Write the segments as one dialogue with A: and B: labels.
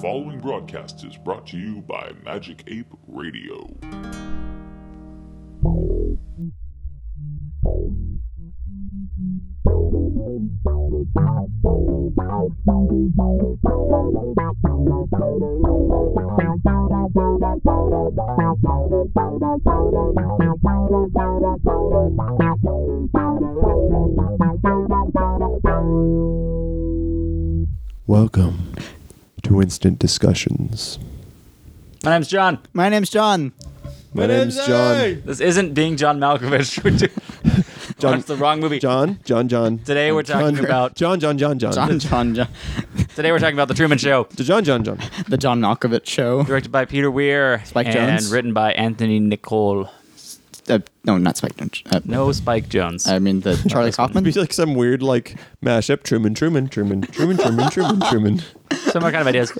A: following broadcast is brought to you by Magic Ape Radio.
B: Welcome to Instant Discussions.
C: My name's John.
D: My name's John.
B: My, name's John.
C: This isn't being John Malkovich. We do-
B: John-
C: watched the wrong movie.
B: John, John, John.
C: Today we're talking
B: John,
C: about-
B: John, John, John, John.
D: John, John, John.
C: Today we're talking about The Truman Show,
B: To John, John, John.
D: The John Malkovich Show.
C: directed by Peter Weir
D: Spike
C: and
D: Jonze?
C: written by Anthony Nicole.
D: Uh, no, not Spike Jonze. Uh,
C: No Spike Jones.
D: I mean the Charlie
B: Be
D: Kaufman.
B: like some weird like mashup. Truman, Truman, Truman, Truman, Truman, Truman, Truman.
C: Similar kind of ideas.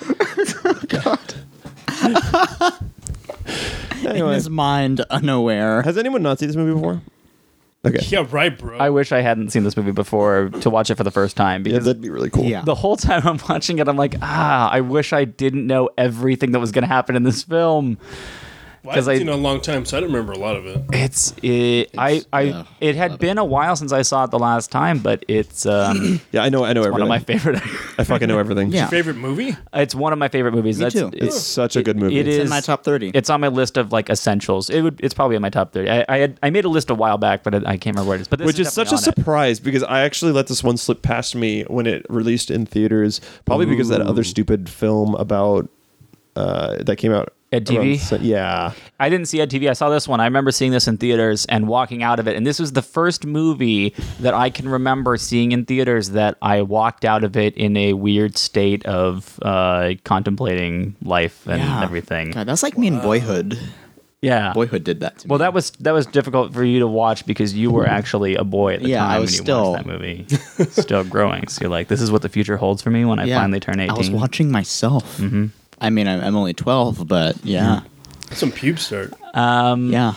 D: In
B: Anyway,
D: his mind, unaware.
B: has anyone not seen this movie before? Okay,
E: Yeah, right, bro.
C: I wish I hadn't seen this movie before to watch it for the first time
B: yeah,
C: because
B: that'd be really cool.
D: Yeah.
C: the whole time I'm watching it, I'm like, ah, I wish I didn't know everything that was going to happen in this film.
E: well, I
C: 'cause
E: haven't
C: I-
E: seen it in a long time, so I don't remember a lot of it.
C: It's it, I I
D: yeah,
C: it had been a while since I saw it the last time, but it's um,
B: yeah, I know, I know everything.
C: one of my favorite.
B: I fucking know everything.
D: Yeah.
E: Favorite movie?
C: it's one of my favorite movies.
D: Me
C: That's,
D: too.
B: it's such a good movie.
C: it
B: It's
C: is
D: in my top 30.
C: It's on my list of like essentials. It would. It's probably in my top thirty. I I, had, I made a list a while back, but I, I can't remember where it is. But this
B: which is such
C: definitely
B: a
C: on it.
B: surprise because I actually let this one slip past me when it released in theaters, probably because of that other stupid film about uh, that came out.
C: Ed TV?
B: around the- yeah,
C: I didn't see it on TV. I saw this one. I remember seeing this in theaters and walking out of it. And this was the first movie that I can remember seeing in theaters that I walked out of it in a weird state of uh, contemplating life and everything.
D: God, that's like me in Boyhood.
C: Yeah.
D: Boyhood did that to me.
C: Well, that was that was difficult for you to watch because you were actually a boy at the
D: Yeah,
C: time
D: I
C: when
D: was
C: you
D: still-
C: watched that movie, still growing. So you're like, this is what the future holds for me when I
D: Yeah.
C: finally Mm-hmm. turn 18.
D: I was watching myself. I mean, I'm, I'm only 12, but yeah.
E: Some pubes start.
C: Mm.
D: Yeah.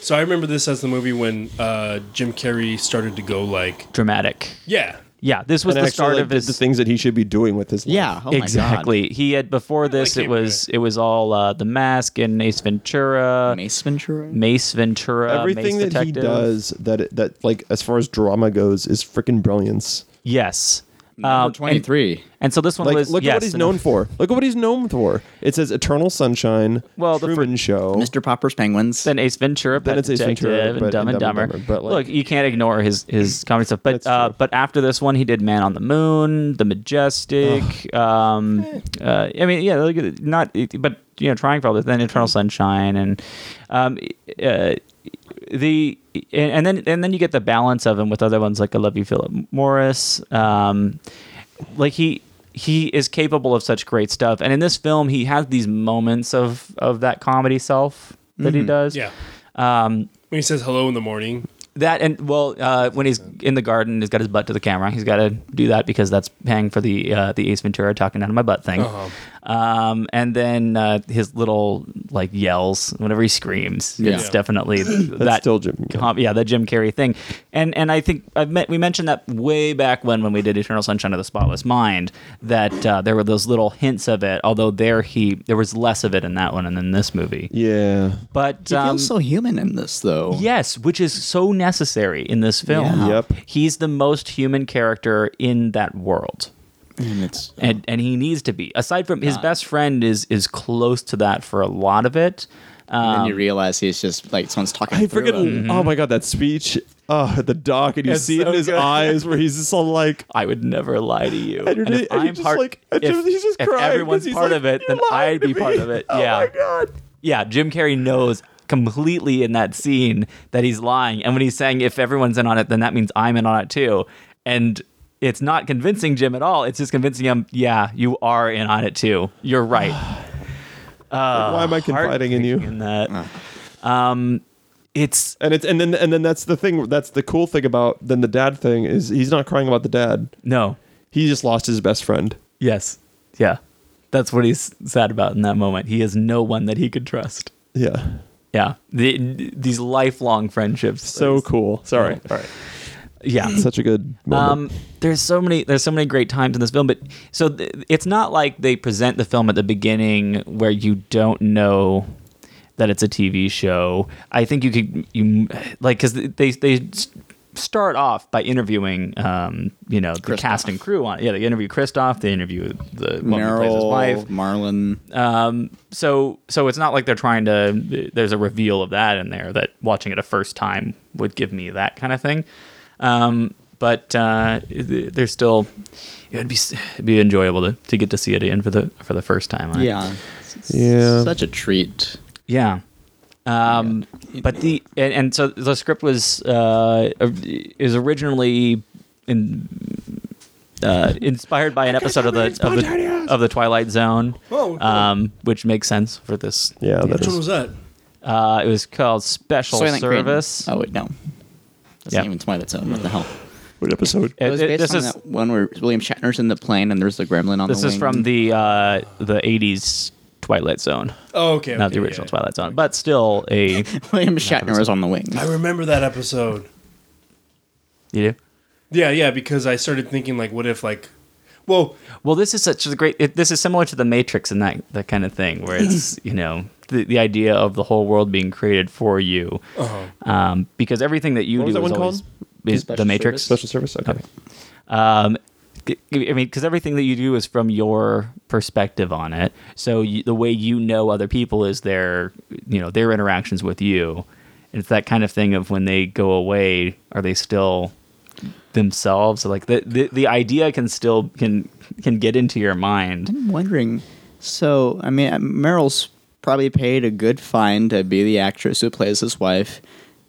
E: So I remember this as the movie when uh, Jim Carrey started to go like,
C: Dramatic.
E: yeah,
C: Yeah, this was
B: and
C: the
B: actually
C: start
B: like,
C: of
B: did
C: his
B: the things that he should be doing with his life.
D: Yeah. Oh
C: exactly. He had before this.
E: like
C: it
E: him,
C: was it was all uh, the mask and Ace Ventura,
D: my God. Mace Ventura?
C: Mace Ventura,
B: Everything
C: Mace
B: that he
C: Uh, Detective.
B: does that that like as far as drama goes is freaking brilliance.
C: Yes.
D: Number
C: Um, and,
D: 23.
C: and so this one
B: Like
C: was.
B: look
C: yes,
B: at what he's
C: and-
B: known for. Look at what he's known for. It says Eternal Sunshine,
C: Well, the fir-
B: Truman Show.
D: Mr. Popper's Penguins.
C: Then Ace Ventura,
B: Then
C: Pet
B: it's Ace
C: Detective,
B: Ventura,
C: and
B: but-
C: Dumb and
B: and Dumb
C: Dumber.
B: and Dumber, but, like- Mm.
C: Look, you can't ignore his his comedy stuff. But
B: That's
C: uh,
B: true.
C: but after this one, he did Man on the Moon, The Majestic. Um,
B: Eh.
C: uh, I mean, yeah, look at- not but you know, trying for all this. Then
B: Mm.
C: Eternal Sunshine and um, uh, the and, and then and then you get the balance of him with other ones like I Love You, Philip Morris. Um, like he he is capable of such great stuff and in this film he has these moments of of that comedy self that
B: Mm-hmm.
C: he does
E: yeah.
C: um
E: When he says hello in the morning,
C: that and well uh when he's in the garden he's got his butt to the camera he's got to do that because that's paying for the uh the ace ventura talking out of my butt thing
D: Uh-huh.
C: um and then uh his little like yells whenever he screams
D: Yeah.
C: it's definitely that
B: still Jim-
C: com- yeah that jim carrey thing and and i think i've met we mentioned that way back when when we did eternal sunshine of the spotless mind that uh, there were those little hints of it although there he there was less of it in that one and in this movie
B: yeah.
C: but
D: he feels
C: um,
D: so human in this, though.
C: Yes, which is so necessary in this film.
D: Yeah.
B: Yep.
C: He's the most human character in that world.
D: And it's,
C: And and he needs to be. Aside from his best friend is is close to that for a lot of it. uh,
D: and
C: um,
D: then you realize he's just like someone's talking
B: I
D: through
B: forget.
D: him.
B: Oh my god, that speech. Oh, the doc, and you
C: It's
B: see it
C: so
B: in his
C: good.
B: eyes where he's just all like,
C: I would never lie to you.
B: And you're just- and you're just like- and just- he's just
C: if
B: crying 'cause
C: everyone's
B: he's
C: part
B: like,
C: of it,
B: "You're
C: then
B: lying
C: I'd
B: to
C: be part
B: me."
C: of it.
B: Oh
C: yeah.
B: my god.
C: Yeah, Jim Carrey knows completely in that scene that he's lying. And when he's saying if everyone's in on it, then that means I'm in on it too. And it's not convincing Jim at all. It's just convincing him, yeah, you are in on it too. You're right.
B: Why am I confiding in you?
C: In that. Um it's
B: And it's and then and then that's the thing. That's the cool thing about then the dad thing is he's not crying about the dad.
C: no.
B: He just lost his best friend.
C: Yes. Yeah. That's what he's sad about in that moment. He has no one that he could trust.
B: Yeah.
C: Yeah. The, these lifelong friendships.
B: So cool. Sorry. All right.
C: yeah.
B: Such a good moment.
C: Um, there's so many there's so many great times in this film, but so th- it's not like they present the film at the beginning where you don't know that it's a TV show. I think you could you like because they they s- start off by interviewing um you know the cast and crew on it. yeah they interview Kristoff they interview the woman who plays his
D: Meryl,
C: wife
D: Marlon.
C: um, so so it's not like they're trying to. There's a reveal of that in there that watching it a first time would give me that kind of thing. Um, but uh, th- there's still it would be s- it'd be enjoyable to, to get to see it in for the for the first time. I-
D: yeah.
B: Yeah.
D: Such a treat.
C: yeah. Um, but the and, and so the script was uh, is originally in, uh, inspired by an episode of the of the, of the Twilight Zone,
E: Oh, cool.
C: um, which makes sense for this.
B: yeah, that
E: Which one
B: is.
E: was that?
C: Uh, it was called Special
D: Soylent Green.
C: Service.
D: Oh wait, no. That's
C: Yeah.
D: not even Twilight Zone. What the hell?
B: What episode?
C: It-
D: It was
C: it-
D: based
C: this
D: on
C: is
D: that one where William Shatner's in the plane and there's the gremlin on
C: this
D: the
C: is
D: wing.
C: from the uh, the '80s Twilight Zone,
E: Oh, okay.
C: not
E: okay,
C: the
E: yeah,
C: original
E: yeah.
C: Twilight Zone, but still a
D: William Shatner was on the wing.
E: I remember that episode.
C: you know,
E: Yeah, yeah, because I started thinking like, what if like, well,
C: Well, this is such a great. It, this is similar to the Matrix and that that kind of thing, where it's you know the, the idea of the whole world being created for you, um, because everything that you
B: Uh-huh. What was that
C: do is
B: one
C: always
D: called?
C: is the
D: Special
C: Matrix.
B: Special service. Okay.
C: Um, g- I mean, because everything that you do is from your perspective on it. So you, the way you know other people is their, you know, their interactions with you. And it's that kind of thing of when they go away, are they still themselves? So like the, the the idea can still can can get into your mind.
D: I'm wondering. So, I mean, uh, Meryl's probably paid a good fine to be the actress who plays his wife.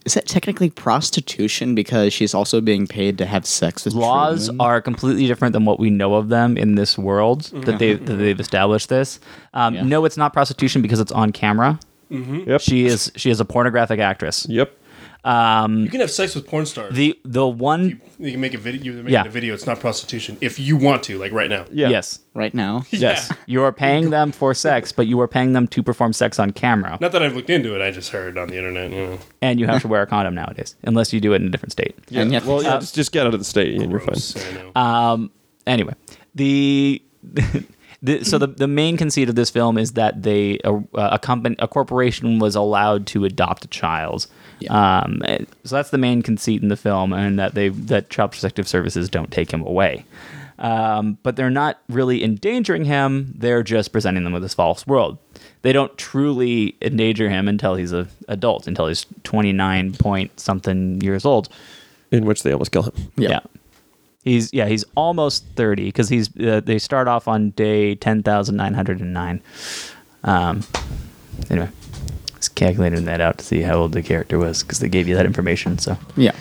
D: Is that technically prostitution because she's also being paid to have sex with
C: Laws
D: Truman?
C: are completely different than what we know of them in this world that they that they've established this. Um,
D: Yeah.
C: No, it's not prostitution because it's on camera.
B: Yep.
C: She is she is a pornographic actress.
B: Yep.
E: you can have sex with porn stars.
C: The the one
E: you can make a video. You're making
C: Yeah.
E: a video. It's not prostitution if you want to, like right now.
B: Yeah.
C: yes.
D: right now.
C: Yes. You are paying them for sex, but you are paying them to perform sex on camera.
E: Not that I've looked into it. I just heard on the internet. You know.
C: And you have to wear a condom nowadays, unless you do it in a different state.
D: And you have to-
B: Well, yeah, just, just get out of the state and you're fine.
E: Gross, I know.
C: Uh, Anyway, the. The, so the, the main conceit of this film is that they a, a company a corporation was allowed to adopt a child,
D: Yeah.
C: um, and- so that's the main conceit in the film, and that they that child protective services don't take him away, um, but they're not really endangering him. They're just presenting them with this false world. They don't truly endanger him until he's a adult, until he's twenty nine point something years old.
B: In which they almost kill him.
D: Yeah.
C: He's yeah, he's almost 30 cuz he's uh, they start off on day 10,909. Um anyway, just calculating that out to see how old the character was cuz they gave you that information, so
D: yeah.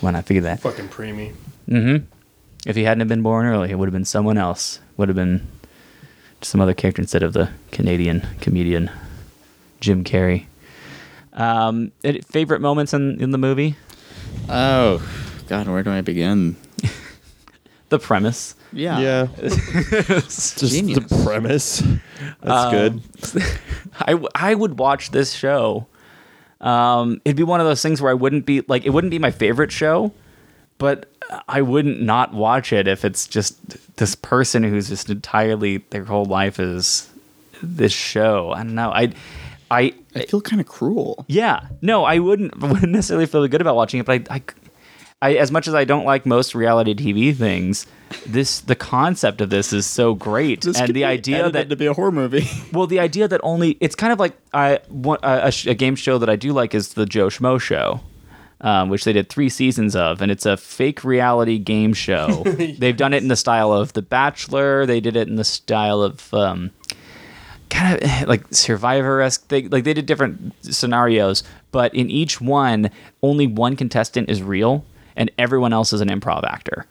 C: why not figure that? Mm-hmm.
E: Fucking preemie.
C: If he hadn't have been born early, it would have been someone else. Would have been some other character instead of the Canadian comedian Jim Carrey. Um, it- favorite moments in, in the movie?
D: Oh, God, where do I begin?
C: The premise.
D: Yeah.
B: Yeah. just
D: Genius.
B: the premise. That's good.
C: I, w- I would watch this show. Um, it'd be one of those things where I wouldn't be like it wouldn't be my favorite show, but I wouldn't not watch it if it's just this person who's just entirely their whole life is this show. I don't know. I I
D: I feel kind of cruel.
C: yeah. No, I wouldn't wouldn't necessarily feel good about watching it, but I, I I as much as I don't like most reality TV things, this the concept of this is so great and the idea that
D: to be a horror movie.
C: well, the idea that only it's kind of like I one- a, a, sh- a game show that I do like is the Joe Schmo Show, um, which they did three seasons of, and it's a fake reality game show. They've done it in the style of The Bachelor. They did it in the style of um, kind of eh, like Survivor esque. They like they did different scenarios, but in each one, only one contestant is real, and everyone else is an improv actor.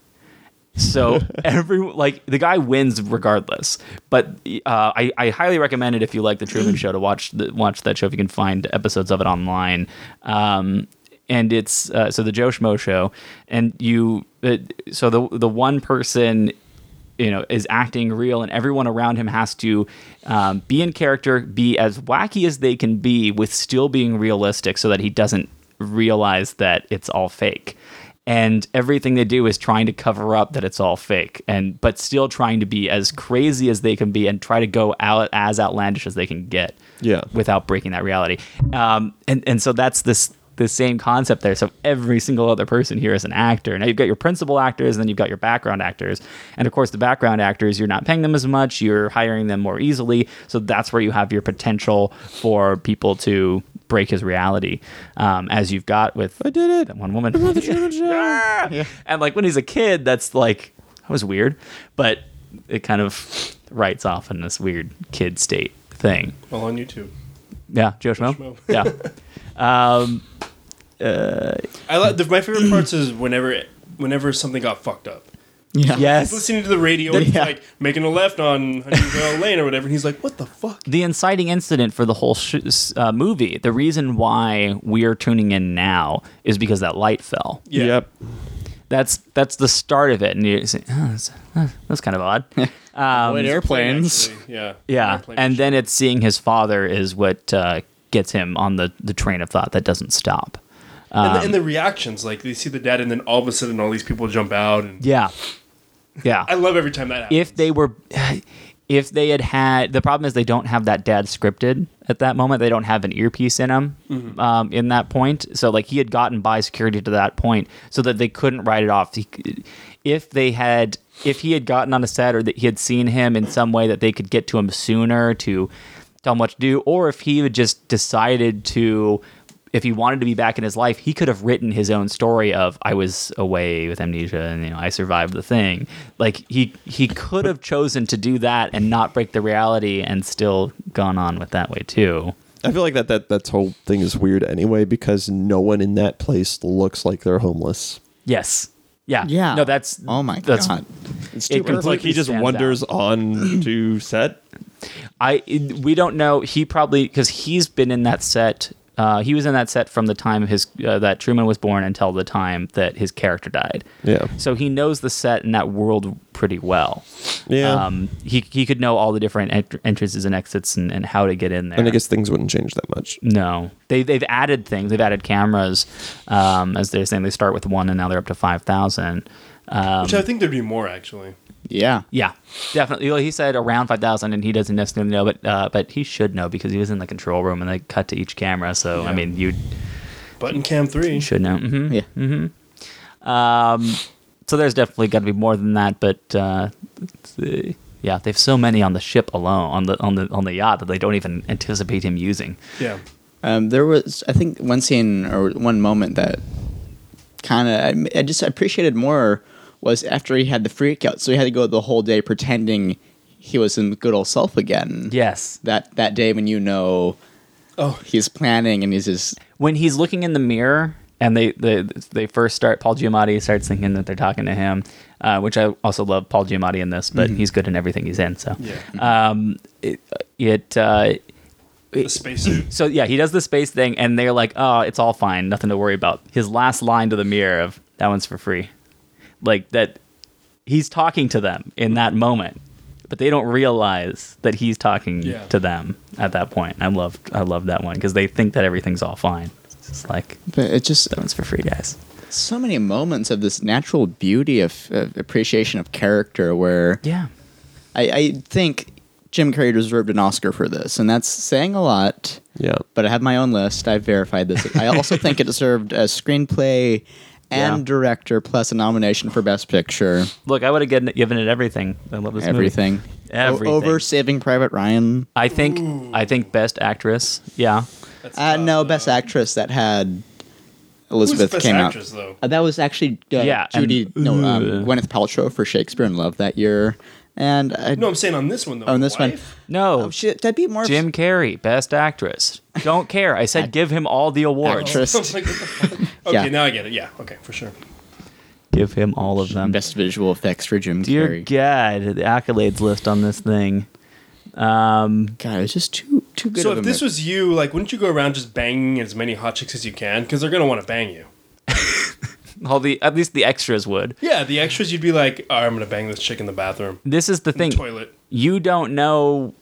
C: So every like the guy wins regardless. But uh, I I highly recommend it if you like the Truman Show to watch the, watch that show if you can find episodes of it online. Um, and it's uh, so the Joe Schmo Show, and you it, so the the one person you know is acting real and everyone around him has to um, be in character be as wacky as they can be with still being realistic so that he doesn't realize that it's all fake and everything they do is trying to cover up that it's all fake and but still trying to be as crazy as they can be and try to go out as outlandish as they can get
B: Yeah.
C: without breaking that reality um, and and so that's this the same concept there so every single other person here is an actor now you've got your principal actors and then you've got your background actors and of course the background actors you're not paying them as much you're hiring them more easily so that's where you have your potential for people to break his reality um, as you've got with
B: I did it.
C: that one woman Ah!
B: Yeah.
C: and like when he's a kid, that's like that was weird, but it kind of writes off in this weird kid state thing.
E: Well, on YouTube.
C: Yeah, Joe Schmo.
E: Schmo.
C: Yeah,
E: I like the, my favorite parts is whenever whenever something got fucked up.
D: Yeah.
E: He's
C: yes.
E: listening to the radio and he's
D: Yeah.
E: like making a left on Honeywell Lane or whatever, and he's like, "What the fuck?"
C: The inciting incident for the whole sh- uh, movie, the reason why we're tuning in now is because that light fell.
E: Yeah.
B: Yep.
C: That's that's the start of it, and you say, oh, that's, uh, that's kind of odd. Um,
D: Avoid airplanes.
E: Actually, yeah.
C: Yeah,
E: Airplane
C: and
E: shit.
C: then it's seeing his father is what uh, gets him on the, the train of thought that doesn't stop.
D: Um,
E: and, the, and the reactions, like they see the dad, and then all of a sudden, all these people jump out, and
C: Yeah, yeah.
E: I love every time that happens.
C: if they were, if they had had the problem is they don't have that dad scripted at that moment. They don't have an earpiece in him um, in that point. So like he had gotten by security to that point, so that they couldn't write it off. He, if they had. If he had gotten on a set or that he had seen him in some way that they could get to him sooner to tell him what to do, or if he had just decided to, if he wanted to be back in his life, he could have written his own story of I was away with amnesia and you know I survived the thing. Like he he could have chosen to do that and not break the reality and still gone on with that way too.
B: I feel like that that that whole thing is weird anyway because no one in that place looks like they're homeless.
C: Yes. Yeah.
D: Yeah.
C: No, that's
D: Oh my
C: that's,
D: god.
B: It's It's
C: It
B: like he
C: completely
B: just
C: stands
B: wanders on to set.
C: I we don't know. He probably because he's been in that set. Uh, he was in that set from the time his uh, that Truman was born until the time that his character died.
B: Yeah.
C: So he knows the set and that world pretty well.
B: Yeah.
C: Um, he he could know all the different ent- entrances and exits and, and how to get in there.
B: and I guess things wouldn't change that much.
C: no, they they've added things. They've added cameras. Um, as they're saying, they start with one and now they're up to five thousand. Um,
E: which I think there'd be more actually.
D: Yeah.
C: yeah, definitely. Well, he said around five thousand, and he doesn't necessarily know, but uh, but he should know because he was in the control room and they cut to each camera. So I
E: Yeah.
C: mean, you
E: Button cam three.
C: should know. hmm
D: Yeah.
C: Um, so there's definitely got to be more than that, but uh, it's, uh, yeah, they have so many on the ship alone on the on the on the yacht that they don't even anticipate him using.
E: Yeah.
D: Um, there was, I think, one scene or one moment that kind of I, I just appreciated more was after he had the freak out. So he had to go the whole day pretending he was his good old self again.
C: Yes,
D: That that day when you know,
E: Oh.
D: he's planning and he's just
C: when he's looking in the mirror and they they, they first start Paul Giamatti starts thinking that they're talking to him, uh, which I also love Paul Giamatti in this, but he's good in everything he's in. So
E: Mm-hmm. Yeah.
C: um, it, it uh,
E: The spacesuit.
C: so yeah, he does the space thing, and they're like, "Oh, it's all fine, nothing to worry about." His last line to the mirror of "That one's for free," like that, he's talking to them in that moment, but they don't realize that he's talking
E: Yeah.
C: to them at that point. I love, I love that one because they think that everything's all fine. It's just like
D: but it just
C: that one's for free, guys.
D: so many moments of this natural beauty of, of appreciation of character where
C: Yeah,
D: I, I think Jim Carrey deserved an Oscar for this, and that's saying a lot.
B: Yeah.
D: but I have my own list. I verified this. I also think it deserved a screenplay and
C: Yeah.
D: director plus a nomination for Best Picture.
C: look, I would have given it everything. I love this movie.
D: everything. O-
C: Everything.
D: Over Saving Private Ryan.
C: I think, I think best actress. Yeah,
D: Uh, no, Best Actress that had
E: Who's the
D: Elizabeth
E: best
D: came
E: actress
D: out.
E: though?
D: Uh, that was actually uh,
C: Yeah, and-
D: Judy, no, um,
C: Ugh.
D: Gwyneth Paltrow for Shakespeare in Love that year. And I,
E: No, I'm saying on this one though.
D: on
E: the
D: this one,
E: wife?
C: no.
D: oh, shit, that'd be more
C: Jim Carrey, best actress. Don't care. I said give him all the awards.
D: actress.
E: I'm like, what the fuck? okay,
D: Yeah.
E: now I get it. Yeah. Okay, for sure.
C: Give him all of them.
D: Best visual effects for Jim
C: Dear
D: Carrey.
C: God, the accolades list on this thing.
D: God, it's just too too good.
E: So
D: of
E: if
D: a
E: this
D: mix.
E: was you, like, wouldn't you go around just banging as many hot chicks as you can because they're gonna want to bang you?
C: All the at least the extras would.
E: Yeah, the extras, you'd be like, "All right, I'm gonna bang this chick in the bathroom,
C: This is the thing.
E: toilet."
C: You don't know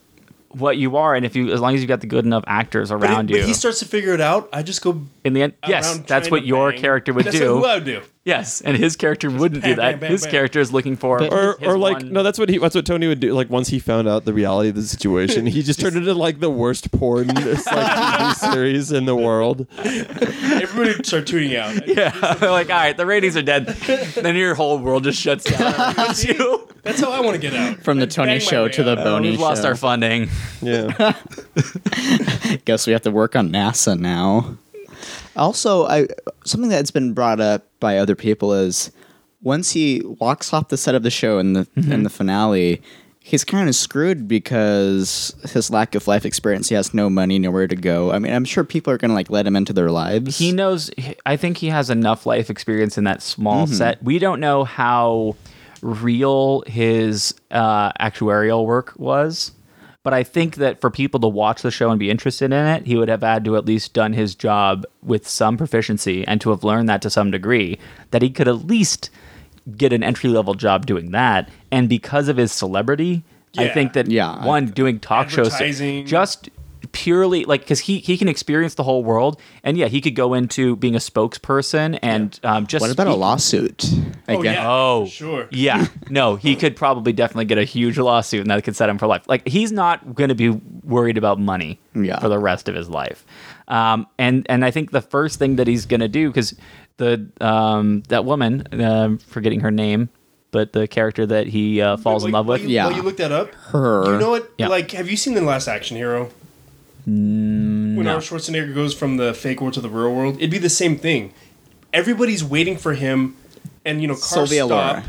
C: what you are, and if you as long as you've got the good enough actors
E: But, it-
C: around
E: but
C: you.
E: he starts to figure it out. I just go.
C: in the end, yes,
E: around
C: that's
E: trying
C: what
E: to
C: your
E: bang.
C: character would
E: That's
C: do.
E: what I would do.
C: Yes, and his character wouldn't do
E: bam,
C: that.
E: bam, bam,
C: his
E: bam.
C: character is looking for
D: But-
B: Or,
C: his
B: or like
C: one-
B: no, that's what he. That's what Tony would do. Like once he found out the reality of the situation, he just turned into like the worst porn like, TV series in the world.
E: Everybody would start tuning out.
C: yeah. like all right, the ratings are dead. then your whole world just shuts down. It's you.
E: That's how I want to get out.
D: From the
E: Bang
D: Tony
E: my
D: show
E: way
D: to the
E: out.
D: Boney
C: We've lost
D: show.
C: our funding.
B: Yeah,
D: Guess we have to work on NASA now. Also, I something that's been brought up by other people is once he walks off the set of the show in the in the finale, he's kind of screwed because his lack of life experience. He has no money, nowhere to go. I mean, I'm sure people are going to like let him into their lives.
C: he knows i think he has enough life experience in that small set we don't know how real his uh, actuarial work was but i think that for people to watch the show and be interested in it he would have had to at least done his job with some proficiency and to have learned that to some degree that he could at least get an entry level job doing that and because of his celebrity i
E: Yeah.
C: think that
D: Yeah.
C: one doing talk shows
E: Advertising.
C: just just purely like because he he can experience the whole world and yeah he could go into being a spokesperson and um, just
D: what about a
C: speak-
D: lawsuit?
E: Oh,
D: Again-
E: yeah.
C: oh
E: for sure.
C: yeah no he could probably definitely get a huge lawsuit and that could set him for life like he's not going to be worried about money
D: Yeah.
C: for the rest of his life um, and and I think the first thing that he's going to do because the um, that woman um forgetting her name but the character that he uh, falls in
E: Wait,
C: love
E: wait,
C: with
E: wait,
D: Yeah.
E: wait, you look that up.
D: Her.
E: Do you know what?
C: Yeah.
E: Like, have you seen the Last Action Hero? when
C: Mm, no.
E: Arnold Schwarzenegger goes from the fake world to the real world, it'd be the same thing. Everybody's waiting for him, and you know, cars
D: Sylvia
E: stop.
D: Laura.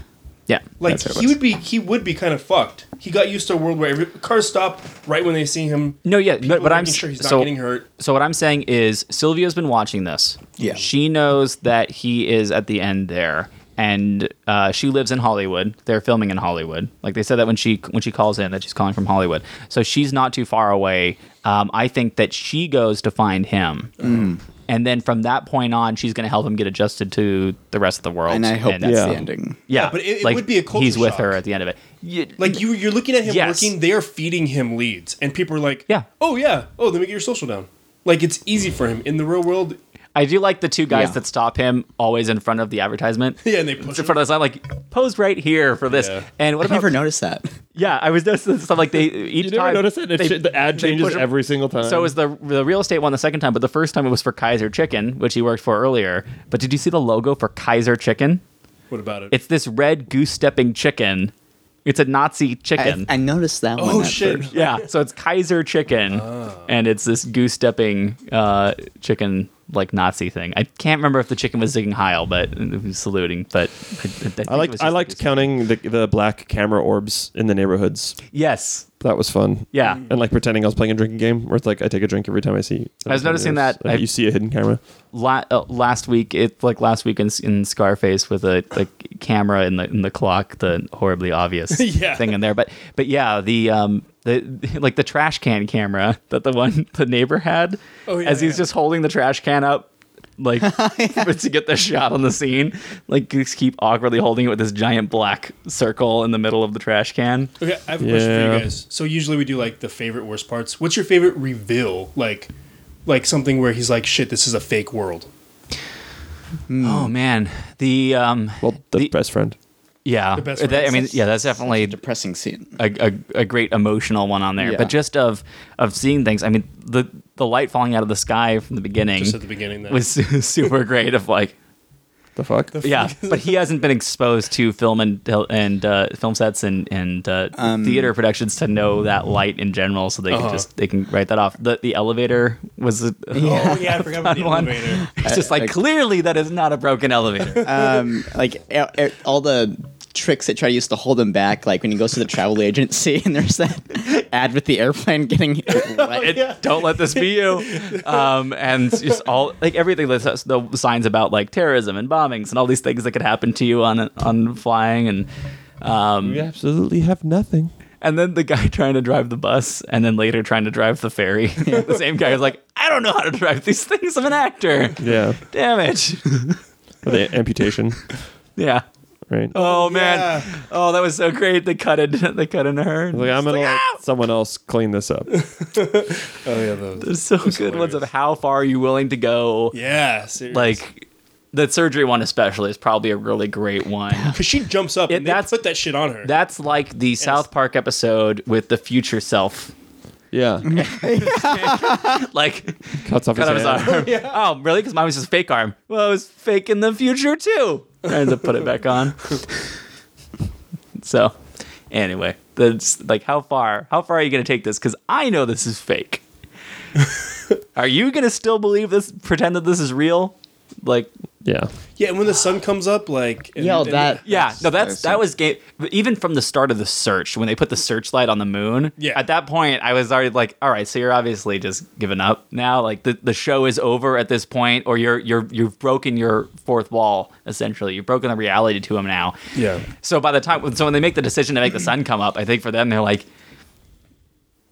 C: yeah
E: Like
D: That's her voice.
E: he would be, he would be kind of fucked. He got used to a world where every, cars stop right when they see him.
C: No, yeah, but,
E: People
C: but I'm
E: making sure he's not
C: so,
E: getting hurt.
C: So what I'm saying is Sylvia's been watching this.
D: Yeah.
C: She knows that he is at the end there, and uh, she lives in Hollywood. They're filming in Hollywood. Like they said that when she when she calls in that she's calling from Hollywood. So she's not too far away. Um, I think that she goes to find him.
D: Mm-hmm.
C: And then from that point on, she's going to help him get adjusted to the rest of the world.
D: And I hope that's
B: Yeah.
D: the ending.
C: yeah,
E: Yeah, but it- it
C: like,
E: would be a culture
C: He's with her
E: shock.
C: at the end of it. Y-
E: Like you, you're looking at him
C: Yes.
E: working. They are feeding him leads, and people are like,
C: Yeah.
E: oh yeah, oh then we get your social down." Like it's easy for him in the real world.
C: I do like the two guys
D: Yeah.
C: that stop him always in front of the advertisement.
E: Yeah, and they push
C: It's in
E: him.
C: front of us. I'm like, pose right here for this.
E: Yeah.
C: And what
D: I've
C: about?
D: never noticed that.
C: yeah, I was noticing stuff like they each
B: you
C: time.
B: never notice that
C: they-
B: the ad
C: they
B: changes
C: push him-
B: every single time.
C: So it was the the real estate one the second time, but the first time it was for Kaiser Chicken, which he worked for earlier. But did you see the logo for Kaiser Chicken?
E: What about it?
C: It's this red goose stepping chicken. It's a Nazi
D: I,
C: chicken.
D: I noticed that one.
E: oh
D: at
E: shit!
D: first.
C: yeah, so it's Kaiser Chicken, and it's this goose stepping uh, chicken like Nazi thing. I can't remember if the chicken was zigging Heil, but it was saluting. But I, think
B: I
C: it
B: liked
C: was
B: I
C: just
B: liked
C: goose.
B: counting the the black camera orbs in the neighborhoods.
C: Yes,
B: That was fun.
C: yeah.
B: And like pretending I was playing a drinking game, where it's like I take a drink every time I see.
C: I was noticing that
B: like,
C: I-
B: you see a hidden camera.
C: La- uh, last week, it like last week in, in Scarface with a, a camera in the in the clock, the horribly obvious
E: Yeah.
C: thing in there. But but yeah, the um the like the trash can camera that the one the neighbor had
E: Oh, yeah,
C: as he's
E: yeah.
C: just holding the trash can up. Like to get the shot on the scene, like just keep awkwardly holding it with this giant black circle in the middle of the trash can.
E: Okay, I have a question for
B: Yeah.
E: you guys. So usually we do like the favorite worst parts. What's your favorite reveal? Like, like something where he's like, "Shit, this is a fake world."
C: Oh man, the um,
B: Mm. Well, the,
C: The-
B: best friend.
C: yeah,
E: best
C: that- I
E: friends.
C: mean, yeah, that's definitely
D: Depressing scene.
C: a, a, a great emotional one on there,
D: Yeah.
C: but just of of seeing things. I mean, the the light falling out of the sky from the beginning
E: Just at the beginning, there.
C: was super great. Of like,
B: The fuck.
C: yeah, but he hasn't been exposed to film and tel- and uh, film sets and and uh, theater productions to know that light in general, so they can
E: Um, Uh-huh.
C: just they can write that off. The the elevator was a,
E: oh yeah, I forgot about the
C: One.
E: elevator.
C: it's just like
D: I-
C: clearly that is not a broken elevator.
D: um, like e- e- all the tricks that try to use to hold him back. Like when he goes to the travel agency and there's that ad with the airplane getting
B: Oh,
D: wet.
C: it, don't let this be you. Um, and just all like everything that's the signs about like terrorism and bombings and all these things that could happen to you on on flying and um,
B: We absolutely have nothing.
C: and then the guy trying to drive the bus and then later trying to drive the ferry. the same guy is like, I don't know how to drive these things. I'm an actor.
B: Yeah.
C: Damn it.
B: Or the amputation.
C: yeah.
B: Right.
C: Oh man.
E: yeah.
C: Oh, that was so great. They cut it. They cut in her.
B: Like I'm gonna let
C: "Ah!"
B: someone else clean this up.
E: Oh yeah, those.
C: There's so good ones of
E: hilarious.
C: how far are you willing to go?
E: Yeah, serious.
C: like the surgery one especially is probably a really great one.
E: because she jumps up
C: Yeah,
E: and they
C: that's-
E: put that shit on her.
C: That's like the South Park episode with the future self.
B: Yeah,
C: Like,
B: cuts off his
C: cut off his
B: hand.
C: arm. Oh, really? Because mine was his fake arm. Well, it was fake in the future too. Trying to put it back on. so, anyway, that's like how far? How far are you gonna take this? Because I know this is fake. are you gonna still believe this? Pretend that this is real? Like,
B: Yeah,
E: yeah, and when the sun comes up, like and,
D: Yeah,
E: and-
D: that-
C: yeah, no, that's
D: That's-
C: that was game. Even from the start of the search, when they put the searchlight on the moon,
E: Yeah.
C: At that point, I was already like, all right, so you're obviously just giving up now. Like the, the show is over at this point, or you're you're you've broken your fourth wall essentially. You've broken the reality to him now.
E: yeah,
C: So by the time, so when they make the decision to make the sun come up, I think for them they're like,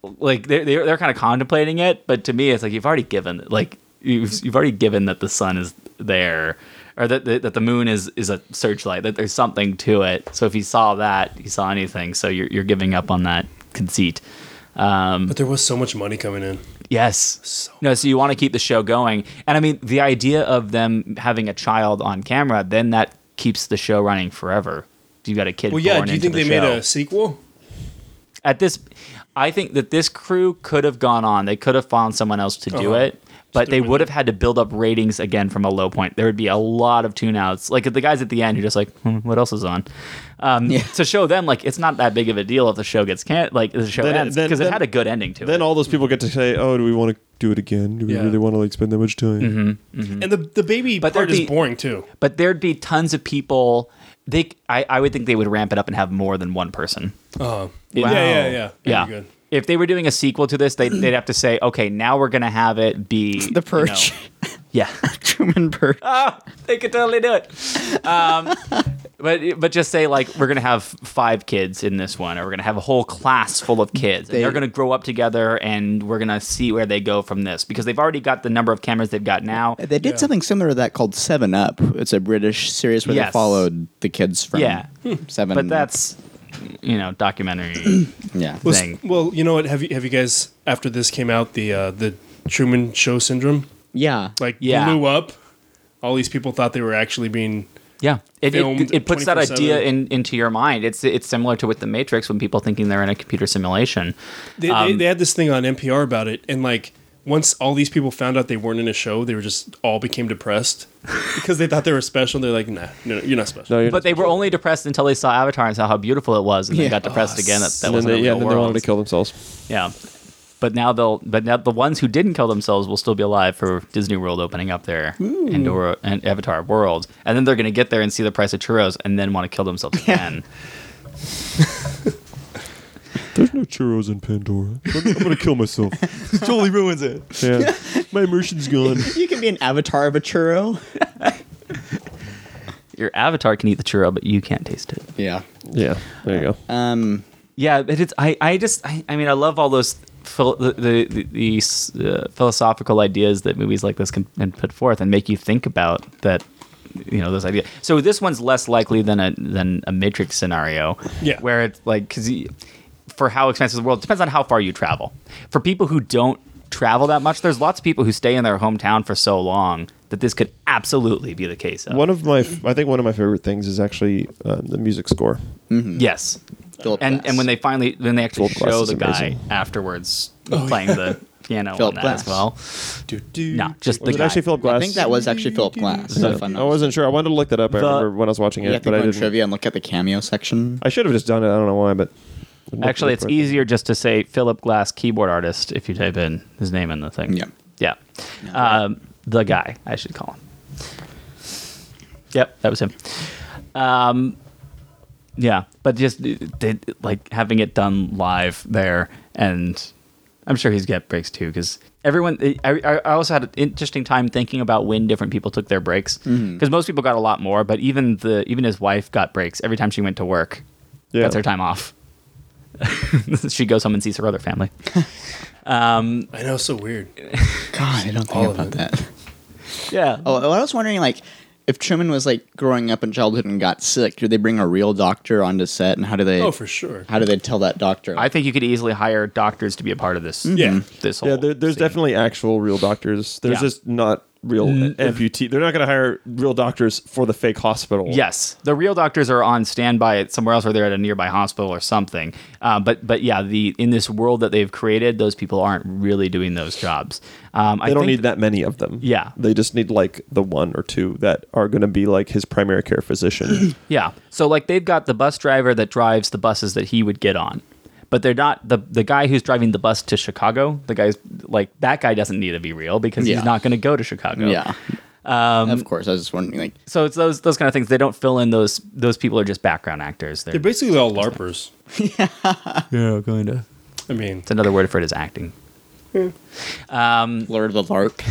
C: like they're they're, they're kind of contemplating it, but to me it's like you've already given like you've you've already given that the sun is there, or that that, that the moon is is a searchlight, that there's something to it. So if he saw that, he saw anything. So you're you're giving up on that conceit.
E: but there was so much money coming in.
C: Yes. no, so you want to keep the show going. And I mean, the idea of them having a child on camera, then that keeps the show running forever. You got a kid.
E: Well, yeah.
C: born
E: Do you
C: into
E: think they
C: the
E: made
C: show.
E: a sequel?
C: at this? I think that this crew could have gone on. They could have found someone else to do
E: Uh-huh.
C: it, but they
E: different.
C: would have had to build up ratings again from a low point. There would be a lot of tune outs. Like the guys at the end, you're just like, hmm, what else is on? Um, To show them, like, it's not that big of a deal if the show gets can like the show
B: Then-
C: ends
B: then-
C: because it
B: then-
C: had a good ending to it.
B: then all those people get to say, "Oh, do we want to do it again? Do we
E: Yeah.
B: really want to like spend that much time?"
E: And the the baby
C: Mm-hmm. But
E: part
C: there'd
E: is
C: be-
E: boring too.
C: but there'd be tons of people. They, I, I would think they would ramp it up and have more than one person.
E: Oh, yeah, yeah, yeah. That'd be
C: yeah.
E: good.
C: If they were doing a sequel to this, they'd, they'd have to say, okay, now we're gonna have it be
D: The Purge.
C: you know- yeah,
D: Truman Purge.
C: they could totally do it. Um, but but just say like we're gonna have five kids in this one, or we're gonna have a whole class full of kids, and
D: They-
C: they're gonna grow up together, and we're gonna see where they go from this because they've already got the number of cameras they've got now.
D: They did something similar to that called Seven Up. It's a British series where
C: Yes.
D: they followed the kids from Hmm.
C: Yeah.
D: Seven.
C: But that's you know documentary.
D: yeah.
E: Well, s-
C: thing.
E: well, you know what? Have you have you guys after this came out the uh, the Truman Show syndrome
D: yeah.
E: like
C: Yeah.
E: blew up? All these people thought they were actually being
C: Yeah, it, it,
E: filmed
C: it puts that idea
E: 24/7.
C: in, into your mind. It's it's similar to with the Matrix when people thinking they're in a computer simulation.
E: they,
C: Um,
E: they, they had this thing on NPR about it, and like once all these people found out they weren't in a show, they were just all became depressed because they thought they were special. They're like, nah, no, no, you're not special.
B: No, you're
C: But they were only depressed until they saw Avatar and saw how beautiful it was, and they
D: Yeah.
C: got depressed again. That, that
B: and Ah, then
C: wasn't
B: they,
C: a
B: yeah,
C: real
B: and then they
C: world.
B: wanted to kill themselves.
C: yeah, but now they'll. But now the ones who didn't kill themselves will still be alive for Disney World opening up their Andorra and Avatar world, and then they're going to get there and see the price of churros, and then want to kill themselves again.
B: There's no churros in Pandora. I'm, I'm gonna kill myself.
C: totally ruins it.
B: Yeah, my immersion's gone.
D: You can be an avatar of a churro.
C: Your avatar can eat the churro, but you can't taste it.
D: Yeah.
B: Yeah, there you go.
D: Um,
C: yeah but it's i i just i, I mean i love all those phil- the the, the, the s- uh, philosophical ideas that movies like this can, can put forth and make you think about that you know those ideas so this one's less likely than a than a matrix scenario
E: Yeah.
C: where it's like because for how expensive the world depends on how far you travel for people who don't travel that much there's lots of people who stay in their hometown for so long that this could absolutely be the case of.
B: One of my, I think one of my favorite things is actually um, the music score.
C: yes
D: Philip
C: and
D: Glass.
C: and when they finally when they actually
B: Gold Glass
C: show
B: is
C: the guy
B: amazing.
C: afterwards playing the piano
D: Philip
C: on that as
D: Glass.
C: well.
E: Oh, Do, do,
C: No, just the
B: Was it
C: guy.
B: actually Philip Glass?
D: I think that was actually Philip Glass.
B: Yeah.
D: if I'm not
B: I wasn't sure. I wanted to look that up. I
C: The-
B: remember when I was watching
D: mistaken. You have
B: it,
D: to
B: but I
D: go on
B: didn't.
D: trivia and look at the cameo section.
B: I should have just done it. I don't know why, but
C: actually, it's easier just to say Philip Glass keyboard artist if you type in his name in the thing.
D: Yeah.
C: yeah. Um, the guy I should call him. Yep, that was him. Um, yeah, but just uh, they, like having it done live there, and I'm sure he's got breaks too because everyone. eh, I, I I also had an interesting time thinking about when different people took their breaks because
B: Mm-hmm.
C: most people got a lot more, but even the even his wife got breaks every time she went to work.
B: Yeah.
C: That's her time off. she goes home and sees her other family. Um,
E: I know, it's so weird.
D: God, I don't think
E: All of
D: about
E: it.
D: that.
C: Yeah.
D: Oh, well, I was wondering, like, if Truman was like growing up in childhood and got sick, do they bring a real doctor onto set, and how do they?
E: Oh, for sure.
D: How do they tell that doctor?
C: I think you could easily hire doctors to be a part of this.
E: Yeah.
C: This whole
B: Yeah, there, there's
C: scene.
B: definitely actual real doctors. There's
C: Yeah.
B: just not real amputee. They're not going to hire real doctors for the fake hospital.
C: Yes, the real doctors are on standby at somewhere else, or they're at a nearby hospital or something. Uh, but but yeah, the in this world that they've created, those people aren't really doing those jobs. Um,
B: They don't need that many of them.
C: Yeah.
B: They just need like the one or two that are going to be like his primary care physician.
C: Yeah, so like they've got the bus driver that drives the buses that he would get on, but they're not the the guy who's driving the bus to Chicago. The guy's like that guy doesn't need to be real because
D: Yeah.
C: he's not going to go to Chicago.
D: Yeah.
C: Um,
D: of course. I was just wondering, like,
C: So it's those those kind of things. They don't fill in those those people are just background actors. They're,
E: They're basically all LARPers.
C: yeah, going to.
E: I mean,
C: It's another word for it is acting. Mm.
D: Lord of the Lark.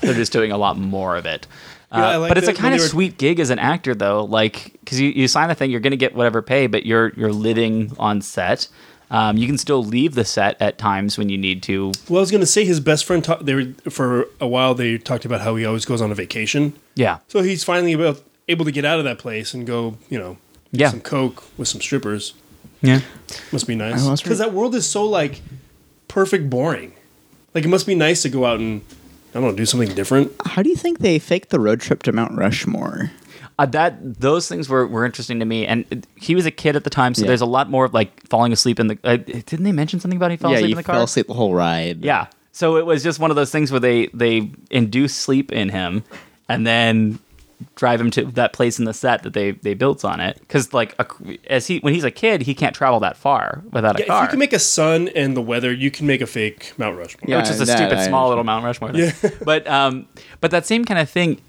C: they're just doing a lot more of it. Uh,
E: Yeah, I like
C: but it's
E: that
C: a
E: when
C: kind of
E: they were-
C: sweet gig as an actor, though, like because you, you sign the thing, you're going to get whatever pay, but you're you're living on set. Um, you can still leave the set at times when you need to.
E: well, I was gonna say his best friend. Talk, they were for a while. They talked about how he always goes on a vacation.
C: Yeah,
E: So he's finally about, able to get out of that place and go, you know, get
C: Yeah.
E: some coke with some strippers.
C: yeah,
E: Must be nice
D: I lost
E: because
D: her-
E: that world is so like perfect boring. Like it must be nice to go out and I don't know do something different.
D: How do you think they faked the road trip to Mount Rushmore?
C: uh, that those things were, were interesting to me. And uh, he was a kid at the time, so
D: Yeah.
C: there's a lot more of like falling asleep in the. Uh, didn't they mention something about he fell
D: yeah,
C: asleep
D: you
C: in the car?
D: fell asleep the whole ride.
C: Yeah. So it was just one of those things where they they induce sleep in him, and then drive him to that place in the set that they they built on it. Because like a, as he when he's a kid, he can't travel that far without a
E: Yeah, if
C: car.
E: you can make a sun and the weather, you can make a fake Mount Rushmore.
D: Yeah.
C: which is a
D: that
C: stupid
D: I
C: small little Mount Rushmore. Thing. but um, but that same kind of thing.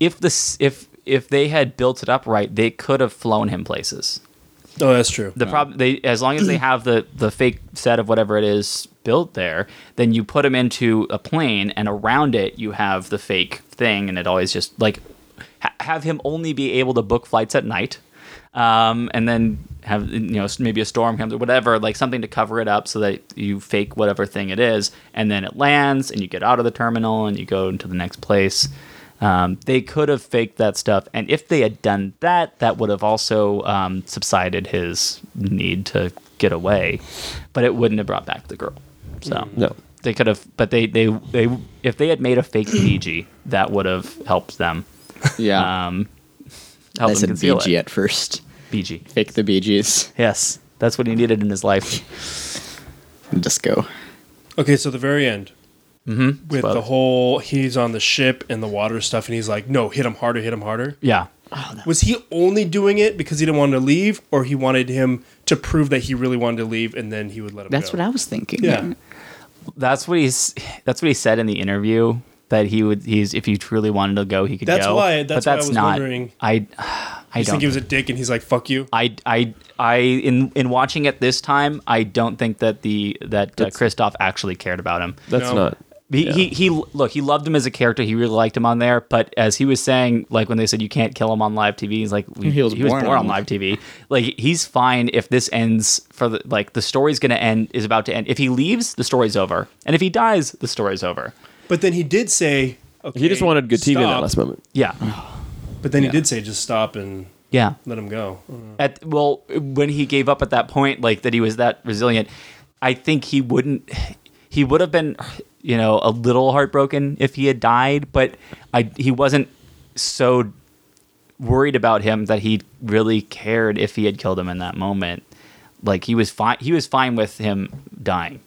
C: If this if if they had built it up right, they could have flown him places.
E: Oh, that's true.
C: The problem they as long as they have the the fake set of whatever it is built there, then you put them into a plane and around it you have the fake thing, and it always just like ha- have him only be able to book flights at night, um, and then have you know s- maybe a storm comes or whatever, like something to cover it up so that you fake whatever thing it is, and then it lands and you get out of the terminal and you go into the next place. Um, they could have faked that stuff, and if they had done that, that would have also um, subsided his need to get away, but it wouldn't have brought back the girl. So
B: No.
C: they could have, but they they they if they had made a fake BG, that would have helped them.
D: Yeah.
C: Um,
D: I
C: help them
D: said
C: conceal
D: BG
C: it.
D: at first.
C: BG.
D: Fake the BGs.
C: Yes, that's what he needed in his life.
D: Disco.
E: Okay, so the very end with
C: Spoiler.
E: the whole he's on the ship and the water stuff, and he's like, "No, hit him harder, hit him harder."
C: Yeah,
E: Was he only doing it because he didn't want to leave, or he wanted him to prove that he really wanted to leave, and then he would let him?
D: That's
E: go?
D: what I was thinking.
E: Yeah.
C: that's what he's. That's what he said in the interview that he would. He's if he truly wanted to go, he could
E: That's
C: go.
E: why- that's
C: but
E: why I
C: that's
E: was
C: not.
E: wondering.
C: I. I
E: You
C: don't
E: think he was a dick, and he's like, "Fuck you."
C: I, I, I in in watching it this time, I don't think that the that uh,
B: That's-
C: Kristoff actually cared about him.
B: That's
E: No.
B: not.
C: He, he he look he loved him as a character. He really liked him on there. But as he was saying, like when they said you can't kill him on live TV, he's like we-
D: He was born
C: born
D: on
C: on live TV. Like he's fine if this ends for the like the story's gonna end is about to end. If he leaves, the story's over, and if he dies, the story's over.
E: But then he did say, okay,
B: He just wanted good TV in that
E: stop.
B: last moment.
C: Yeah,
E: But then he did say, "Just stop and
C: yeah.
E: let him go." Uh,
C: at well when he gave up at that point like that he was that resilient i think he wouldn't he would have been you know a little heartbroken if he had died but i he wasn't so worried about him that he really cared if he had killed him in that moment like he was fine he was fine with him dying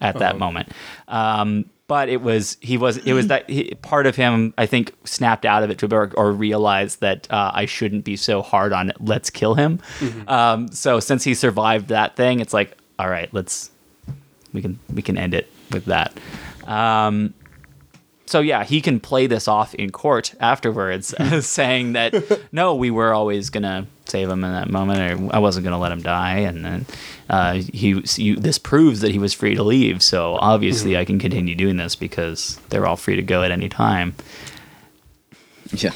C: at that moment um but it was he was it was that he, part of him I think snapped out of it to Berg or realized that uh, I shouldn't be so hard on it. let's kill him. Um, so since he survived that thing, it's like all right, let's we can we can end it with that. Um, so yeah, he can play this off in court afterwards, saying that no, we were always gonna save him in that moment, or I wasn't gonna let him die, and then uh, he you, this proves that he was free to leave. So obviously, I can continue doing this because they're all free to go at any time.
D: Yeah.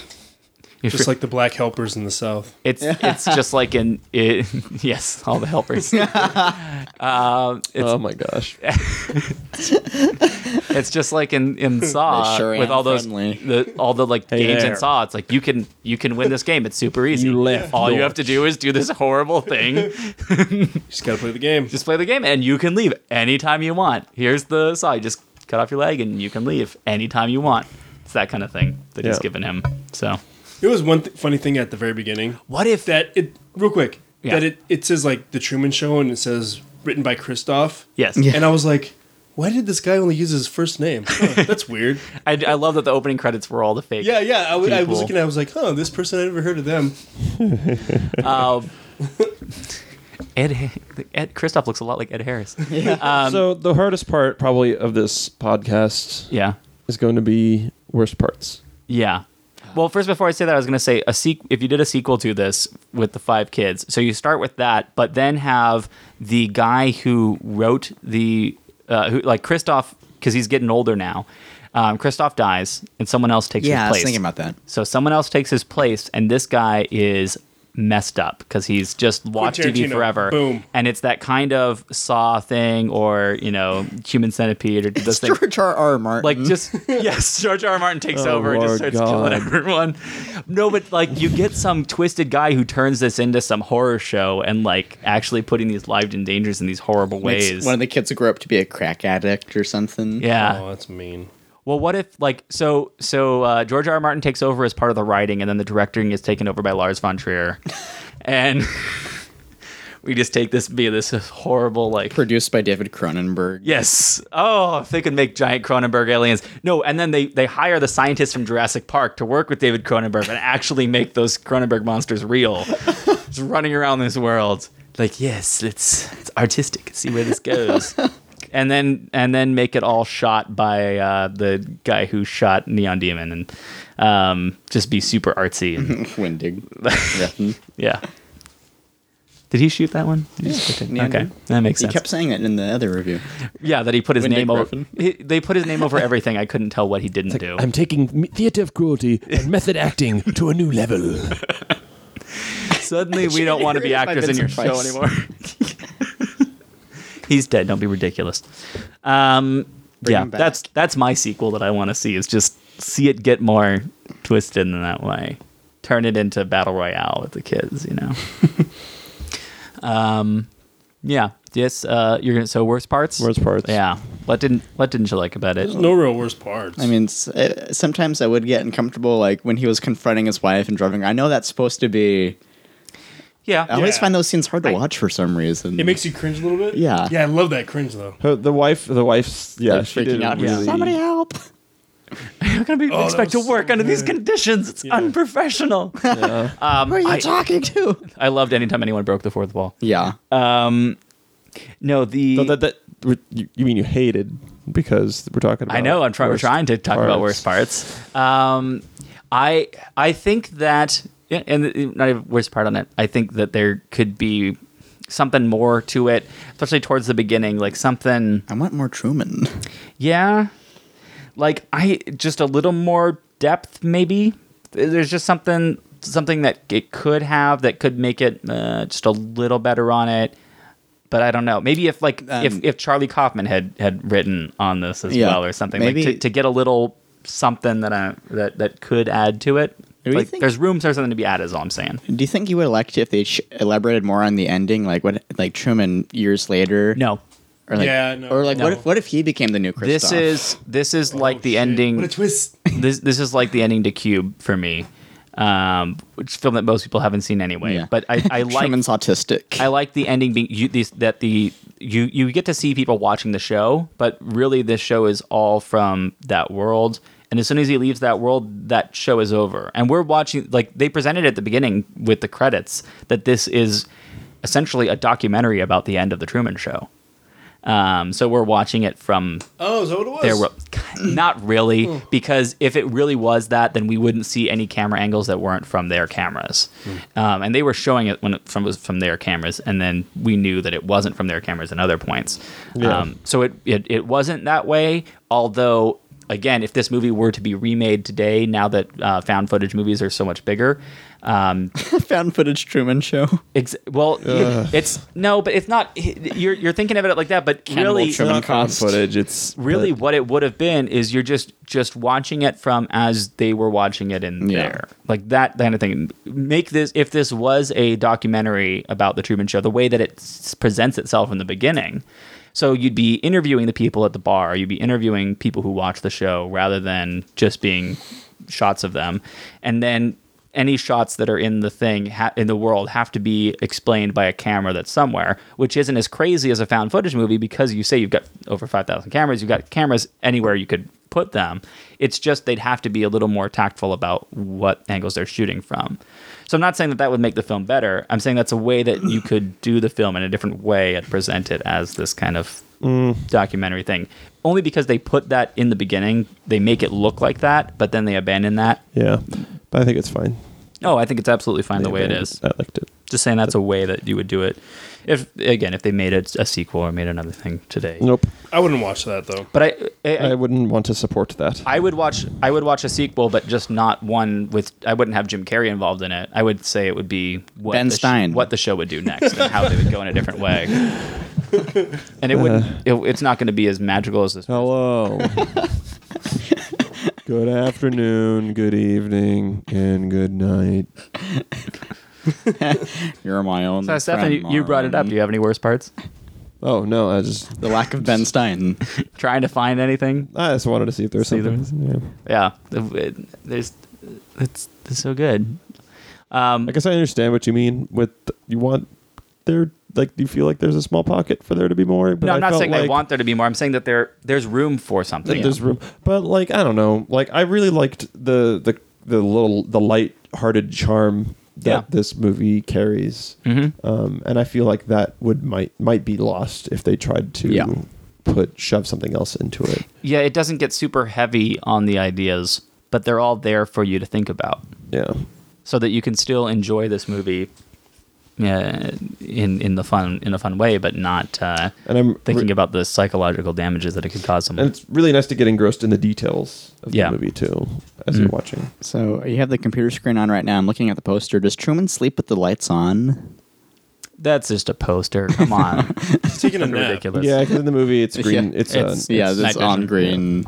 C: You're
E: just
C: free-
E: like the black helpers in the South.
C: it's it's just like in it, yes, all the helpers. Um, it's
B: oh my gosh.
C: It's just like in in Saw
D: sure
C: with
D: am
C: all those
D: friendly.
C: the, all the like games
B: there.
C: in Saw. It's like you can you can win this game. It's super easy.
B: You left,
C: all you have to do is do this horrible thing,
E: You just gotta play the game.
C: just play the game, and you can leave anytime you want. Here's the Saw. You just cut off your leg and you can leave anytime you want. It's that kind of thing that he's
B: Yeah.
C: given him. So
E: It was one th- funny thing at the very beginning.
C: what if
E: That it real quick.
C: Yeah.
E: That it it says like the Truman Show and it says written by Christoph.
C: Yes.
E: And I was like, why did this guy only use his first name? Huh, that's weird.
C: I, I love that the opening credits were all the fake.
E: Yeah, yeah. I, w- I
C: People.
E: was looking. at it, I was like, huh, this person. I never heard of them.
C: Um, Ed, Ed Christoph looks a lot like Ed Harris. um,
B: so the hardest part probably of this podcast
C: Yeah.
B: is going to be worst parts.
C: Yeah. Well, first, before I say that, I was going to say a sequ- if you did a sequel to this with the five kids, so you start with that, but then have the guy who wrote the, uh, who like Christoph, because he's getting older now. Um, Christoph dies, and someone else takes
D: Yeah, I
C: his place.
D: was thinking about that.
C: So someone else takes his place, and this guy is messed up because he's just watched TV
E: Tarantino.
C: forever.
E: Boom.
C: And it's that kind of Saw thing, or you know, Human Centipede, or this
D: It's
C: thing.
D: George R. R. Martin.
C: Like just yes, George R. R. Martin takes
B: Oh,
C: over and just
B: Lord
C: starts
B: God.
C: killing everyone. No, but like you get some twisted guy who turns this into some horror show and like actually putting these lives in dangers in these horrible
D: Makes
C: ways.
D: one of the kids grow up to be a crack addict or something.
C: yeah.
E: Oh, that's mean.
C: Well, what if like so so uh, George R. R. Martin takes over as part of the writing, and then the directing is taken over by Lars von Trier, and we just take this be this horrible like
D: Produced by David Cronenberg.
C: Yes. Oh, if they could make giant Cronenberg aliens. No, and then they, they hire the scientists from Jurassic Park to work with David Cronenberg and actually make those Cronenberg monsters real. Just running around this world. Like, yes, let's it's artistic. See where this goes. and then and then make it all shot by uh, the guy who shot Neon Demon and um, just be super artsy and
D: Windig. Refn.
C: yeah. Did he shoot that one? Did he shoot it?
D: Neon
C: Okay,
D: Demon.
C: that makes
D: He
C: sense.
D: kept saying it in the other review.
C: Yeah, that he put his
D: Wendy
C: name over.
D: Griffin.
C: He, they put his name over everything. I couldn't tell what he didn't do.
B: I'm taking theater of cruelty and method acting to a new level.
C: Suddenly, we don't want to be
D: Created by
C: actors in your
D: Vincent
C: show
D: Price.
C: anymore. He's dead. Don't be ridiculous. Um,
D: Bring
C: yeah,
D: him back.
C: that's that's my sequel that I want to see. Is just see it get more twisted in that way. Turn it into battle royale with the kids. You know. um, yeah. Yes. Uh, you're gonna so worst parts.
B: Worst parts.
C: Yeah. What didn't What didn't you like about it?
E: There's no real worst parts.
D: I mean, s- uh, sometimes I would get uncomfortable, like when he was confronting his wife and driving. I know that's supposed to be.
C: yeah.
D: I always
E: Yeah.
D: find those scenes hard to watch for some reason.
E: it makes you cringe a little bit.
D: Yeah.
E: Yeah, I love that cringe though.
B: Her, the wife, the wife's yeah,
D: Like,
B: she
D: freaking
B: did
D: out.
B: really.
D: Somebody help!
C: You're not gonna be
E: Oh, that
C: expect to
E: was
C: work
E: so
C: under these
E: good.
C: conditions. It's unprofessional. um,
D: Who are you
C: I,
D: talking to?
C: I loved anytime anyone broke the fourth wall.
D: Yeah.
C: Um, no, the
B: No, that, that you you mean you hated because we're talking. about
C: I know I'm try- we're
B: worst
C: trying to talk about
B: parts.
C: worst parts. Um, I I think that yeah, and the- not even worst part on it. I think that there could be something more to it, especially towards the beginning, like something.
D: I want more Truman.
C: Yeah. Like I just a little more depth maybe. There's just something something that it could have that could make it uh, just a little better on it. But I don't know. Maybe if like if,
D: Um,
C: if Charlie Kaufman had had written on this as
D: Yeah.
C: well or something like
D: Maybe-
C: to, to get a little something that I that that could add to it.
D: Do you
C: Like,
D: think-
C: there's room for something to be added is all I'm saying.
D: Do you think you would have liked it if they sh- elaborated more on the ending, like what, like Truman years later?
C: No.
D: Or like,
E: Yeah, no.
D: Or like, what
E: No.
D: if what if he became the new Christoph?
C: This is this is like
E: Oh,
C: the
E: shit.
C: ending
E: What a twist.
C: this this is like the ending to Cube for me, um, which is a film that most people haven't seen anyway.
D: Yeah.
C: But I, I like
D: Truman's autistic.
C: I like the ending being you, these, that the you you get to see people watching the show, but really this show is all from that world. And as soon as he leaves that world, that show is over. And we're watching like they presented at the beginning with the credits that this is essentially a documentary about the end of the Truman Show. Um, so we're watching it from
E: Oh, is that what it was?
C: there were not really because if it really was that then we wouldn't see any camera angles that weren't from their cameras um, and they were showing it when it from, was from their cameras and then we knew that it wasn't from their cameras in other points um, so it, it, it wasn't that way although again if this movie were to be remade today now that uh, found footage movies are so much bigger Um,
D: Found footage Truman Show.
C: ex- well, it's no, but it's not. You're you're thinking of it like that, but really,
D: Truman cost.
F: footage. It's
C: really
F: but
C: what it would have been is you're just just watching it from as they were watching it in
D: Yeah.
C: there like that kind of thing make this if this was a documentary about the truman show the way that it s- presents itself in the beginning so you'd be interviewing the people at the bar you'd be interviewing people who watch the show rather than just being shots of them and then any shots that are in the thing ha- in the world have to be explained by a camera that's somewhere, which isn't as crazy as a found footage movie because you say you've got over 5,000 cameras, you've got cameras anywhere you could put them. It's just they'd have to be a little more tactful about what angles they're shooting from. So I'm not saying that that would make the film better. I'm saying that's a way that you could do the film in a different way and present it as this kind of documentary thing. Only because they put that in the beginning, they make it look like that, but then they abandon that.
F: yeah, but I think it's fine.
C: Oh, I think it's absolutely fine the way it
F: Yeah,
C: is.
F: I liked it.
C: Just saying that's a way that you would do it. If again, if they made it a sequel or made another thing today.
F: Nope,
E: I wouldn't watch that though.
C: But I, I,
F: I
C: I,
F: wouldn't want to support that.
C: I would watch I would watch a sequel, but just not one with I wouldn't have Jim Carrey involved in it. I would say it would be what
D: Ben
C: the sh-
D: Stein.
C: what the show would do next and how they would go in a different way. And
D: Uh.
C: it wouldn't. It, it's not going to be as magical as
D: Oh,
C: this.
F: Hello. good afternoon, good evening, and good night.
D: You're my own.
C: So, Stefan, you,
D: friend,
C: you brought it up. Do you have any worse parts?
F: Oh no, I just
D: The lack of Ben Stein.
C: Trying to find anything?
F: I just wanted to see if there's
C: See
F: something. Yeah.
C: Yeah, It- there's. It's, it's so good. Um,
F: I guess I understand what you mean with you want there like you feel like there's a small pocket for there to be more. But
C: No, I'm
F: I
C: not
F: felt
C: saying I
F: like
C: want there to be more. I'm saying that there there's room for something.
F: that there's room, but like I don't know. Like I really liked the the the little the light-hearted charm that
C: Yeah. Mm-hmm.
F: this movie carries, um, and I feel like that would might might be lost if they tried to
D: Yeah.
F: put shove something else into it.
C: yeah, it doesn't get super heavy on the ideas, but they're all there for you to think about,
F: Yeah.
C: so that you can still enjoy this movie, uh, in in the fun in a fun way, but not uh,
F: And I'm
C: thinking
F: re-
C: about the psychological damages that it could cause someone.
F: and it's really nice to get engrossed in the details of
C: Yeah. Mm.
F: the movie too as you're watching.
D: So you have the computer screen on right now. I'm looking at the poster. Does Truman sleep with the lights on?
C: That's just a poster. Come on,
E: He's taking a nap.
C: ridiculous.
F: Yeah, because in the movie it's green.
D: Yeah,
F: it's,
C: it's-
F: uh,
D: yeah,
C: It's
D: this
C: night
D: on
C: vision.
D: green.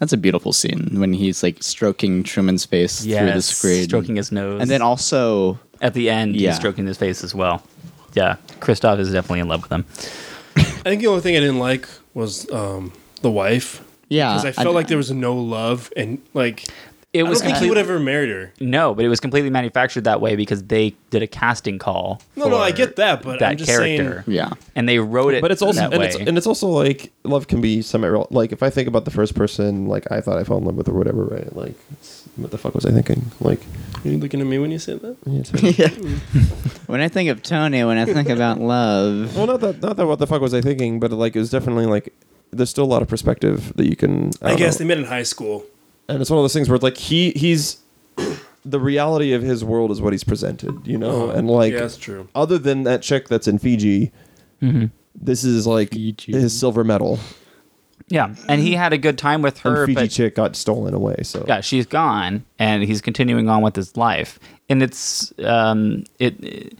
D: That's a beautiful scene when he's like stroking Truman's face through the
C: Yes,
D: screen,
C: stroking his nose,
D: and then also
C: at the end,
D: Yeah.
C: he's stroking his face as well. Yeah, Kristoff is definitely in love with him.
E: I think the only thing I didn't like was um, the wife.
D: yeah,
E: Because I felt like there was no love and like
C: It
E: I
C: was
E: don't think he
C: completely-
E: would ever married her.
C: No, but it was completely manufactured that way because they did a casting call.
E: No, no, I
C: for
E: get that, but I'm just saying-
D: yeah.
C: and they wrote it.
F: but it's also
C: that
F: and
C: way.
F: it's, and it's also like love can be semi real. Like if I think about the first person, like I thought I fell in love with or whatever, right? Like it's- what the fuck was I thinking? Like
E: Are you looking at me when you say that?
F: yeah, it's-
D: When I think of Tony, when I think about love,
F: well, not that not that what the fuck was I thinking, but like it was definitely like there's still a lot of perspective that you can.
E: I,
F: don't
E: guess
F: know.
E: they met in high school.
F: and it's one of those things where it's like he he's the reality of his world is what he's presented, you know, and like
E: Oh, yeah, that's true.
F: Other than that chick that's in Fiji,
C: Mm-hmm.
F: this is like
D: Fiji.
F: his silver medal.
C: yeah, and he had a good time with
F: And
C: her,
F: Fiji
C: but
F: chick got stolen away. So
C: yeah, she's gone, and he's continuing on with his life. And it's um, it, it-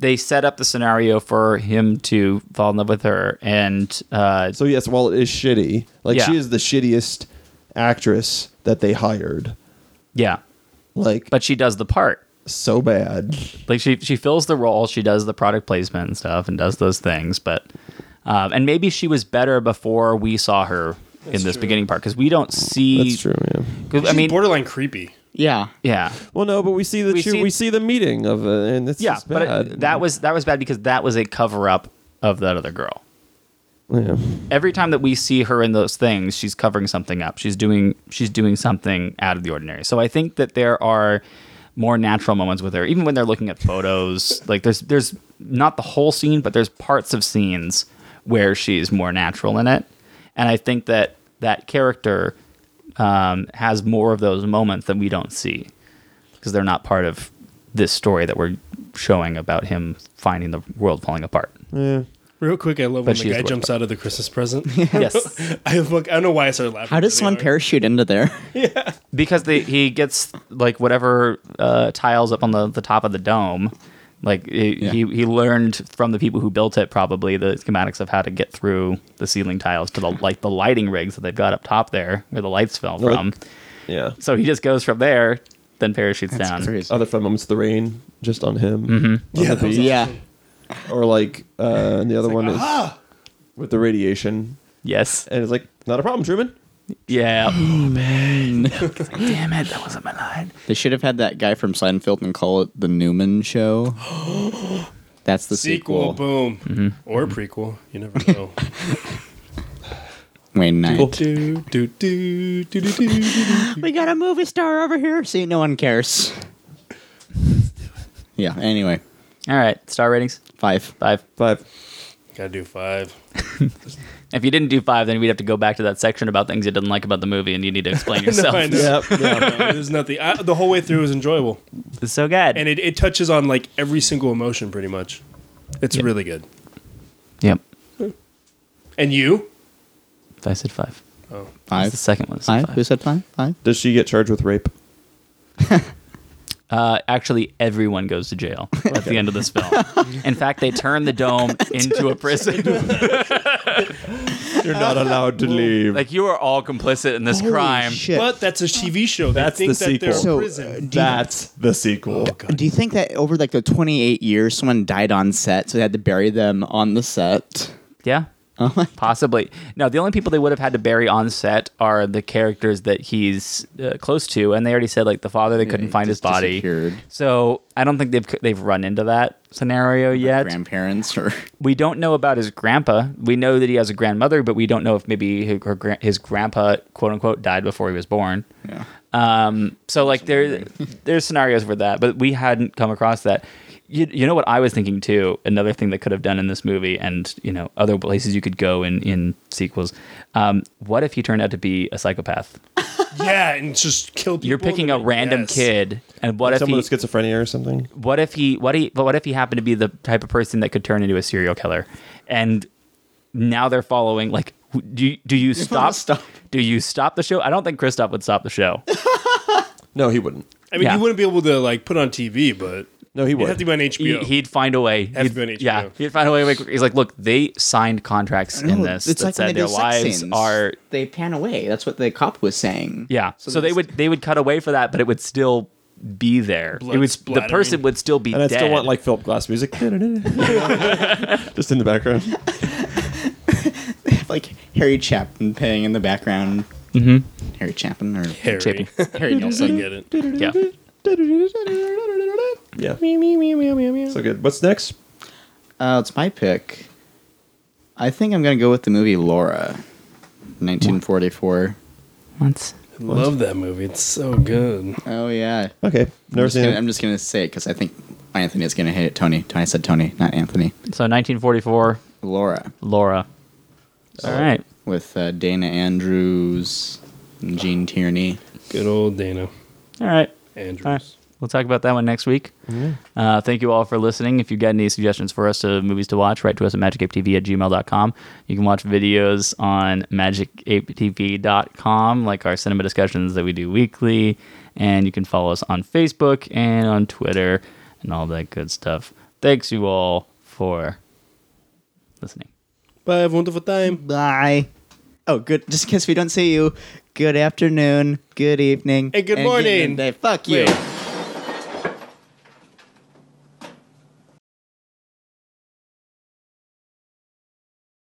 C: they set up the scenario for him to fall in love with her, and uh,
F: So yes, while it is shitty, like
C: Yeah.
F: she is the shittiest actress that they hired.
C: yeah,
F: Like
C: but she does the part.
F: so bad.
C: like she she fills the role she does the product placement and stuff and does those things but um, and maybe she was better before we saw her in this
E: true.
C: beginning part because we don't see
F: That's true, yeah.
C: 'cause, i
E: She's
C: mean
E: borderline creepy.
D: yeah,
C: yeah
F: Well no, but we see the
C: We
F: we,
C: see-
F: see, we see the meeting of it and it's
C: yeah
F: just
C: but
F: bad.
C: it- that was that was bad because that was a cover up of that other girl
F: yeah.
C: every time that we see her in those things, she's covering something up. She's doing she's doing something out of the ordinary. So I think that there are more natural moments with her, even when they're looking at photos. like there's there's not the whole scene, but there's parts of scenes where she's more natural in it, and I think that that character um, has more of those moments that we don't see because they're not part of this story that we're showing about him finding the world falling apart.
F: yeah.
E: Real quick, I love
G: But
E: when the
G: she's
E: guy
G: worth
E: jumps out of the Christmas present.
G: Yes.
E: I look. I don't know why I started laughing.
D: How does someone
E: pair?
D: parachute into there?
C: because they, he gets like whatever uh, tiles up on the, the top of the dome. Like he,
D: Yeah.
C: he he learned from the people who built it probably the schematics of how to get through the ceiling tiles to the like the lighting rigs that they've got up top there where the lights fell
B: Well,
C: from.
B: Yeah.
C: So he just goes from there, then parachutes down.
D: crazy.
B: Other fun moments, the rain just on him.
C: Mm-hmm.
B: On
E: Yeah,
B: the
E: that was
B: beach.
D: Yeah.
B: Or like, uh, and the other one is
E: Ah,
B: with the radiation,
C: Yes.
D: Uh,
B: and it's like not a problem, Truman.
D: Oh,
C: Yeah. Damn it, that wasn't my line.
D: They should have had that guy from Seinfeld and call it the Newman Show. That's the
E: sequel,
D: sequel.
E: boom, or prequel. You never know.
D: Wayne Knight.
E: do, do, do, do, do, do, do.
D: We got a movie star over here. See, no one cares. yeah. Anyway,
C: All right, star ratings
D: five.
C: five.
B: Five.
E: Gotta do five.
C: If you didn't do five, then we'd have to go back to that section about things you didn't like about the movie, and you need to explain yourself.
E: I know.
B: Yep. Yeah.
E: No, there's nothing. I, the whole way through is enjoyable,
C: It's so good.
E: and it, it touches on like every single emotion pretty much. It's really good.
C: yep.
E: And you?
C: I said five. It's
D: Five.
C: the second one. It's
D: Five.
C: five.
D: Who said five? Five.
B: Does she get charged with rape?
C: Uh, actually, everyone goes to jail at the end of this film. In fact, they turn the dome into a prison.
B: You're not allowed to leave.
C: Like you are all complicit in this crime.
D: Shit.
E: But that's a TV show. They
B: That's
E: think
B: the
E: that they're
B: sequel.
E: in
D: So,
E: prison.
D: uh,
B: That's the sequel.
D: Do you think that over like the 28 years, someone died on set, so they had to bury them on the set?
C: Yeah.
D: Oh
C: Possibly. No, the only people they would have had to bury on set are the characters that he's uh, close to, and they already said like the father they couldn't
D: he
C: find his
D: just
C: body.
D: disappeared.
C: So I don't think they've they've run into that scenario yet.
D: Grandparents or
C: we don't know about his grandpa. We know that he has a grandmother, but we don't know if maybe his, her, gra- his grandpa, quote unquote, died before he was born.
D: yeah.
C: Um, so like there, there's scenarios where that, but we hadn't come across that. You, you know what I was thinking too. Another thing that could have done in this movie, and you know other places you could go in in sequels. Um, what if he turned out to be a psychopath?
E: yeah, and just kill people.
C: You're picking a
E: and-
C: random
E: yes.
C: kid, and what if
B: Someone
C: he
B: with schizophrenia or something.
C: what if he what he but what if he happened to be the type of person that could turn into a serial killer and now they're following like who- do you, do you stop
D: stop.
C: do you stop the show i don't think christoph would stop the show
B: No, he wouldn't.
E: I mean,
C: Yeah.
E: you wouldn't be able to like put on TV, but
B: No, he
E: it'd have
B: would.
E: to be on
C: he,
E: HBO.
C: he'd find a way
E: Has
C: He'd-
E: been HBO.
C: yeah he'd find a way he's like look they signed contracts in this that said their lives are
D: they pan away. That's what the cop was saying.
C: yeah so, they
D: there's-
C: would they would cut away for that but it would still be there
E: Blood
C: it was the
E: splattering.
C: person would still be
B: And I
C: dead.
B: still want like Philip Glass music. Just in the background.
D: like Harry Chapman playing in the background. Mm-hmm. Harry Chapman or
E: Harry.
C: Chippy.
D: Harry
E: I
D: Nelson.
E: get it.
C: yeah
B: Yeah. So good. What's next?
D: Uh, it's my pick. I think I'm gonna go with the movie Laura, 1944.
C: once
E: Love that movie. It's so good.
D: Oh yeah.
B: Okay.
D: I'm
B: Never
D: just,
B: seen
D: gonna,
B: it.
D: I'm just gonna say it because I think Anthony is gonna hate it. Tony. Tony I said Tony, not Anthony.
C: so 1944
D: Laura
C: laura all right
D: with uh, Dana Andrews, and Gene Tierney.
E: Good old Dana
C: all right
E: Andrews.
C: All right. We'll talk about that one next week. Uh, thank you all for listening. If you've got any suggestions for us to movies to watch, write to us at magicapetv at gmail.com. You can watch videos on magicapetv.com, like our cinema discussions that we do weekly. And you can follow us on Facebook and on Twitter and all that good stuff. Thanks you all for listening.
E: Bye. Have a wonderful time.
D: Bye. Oh, good. Just in case we don't see you. Good afternoon. Good evening.
E: And good
D: good
E: morning.
D: midday. Fuck you.
E: Wait.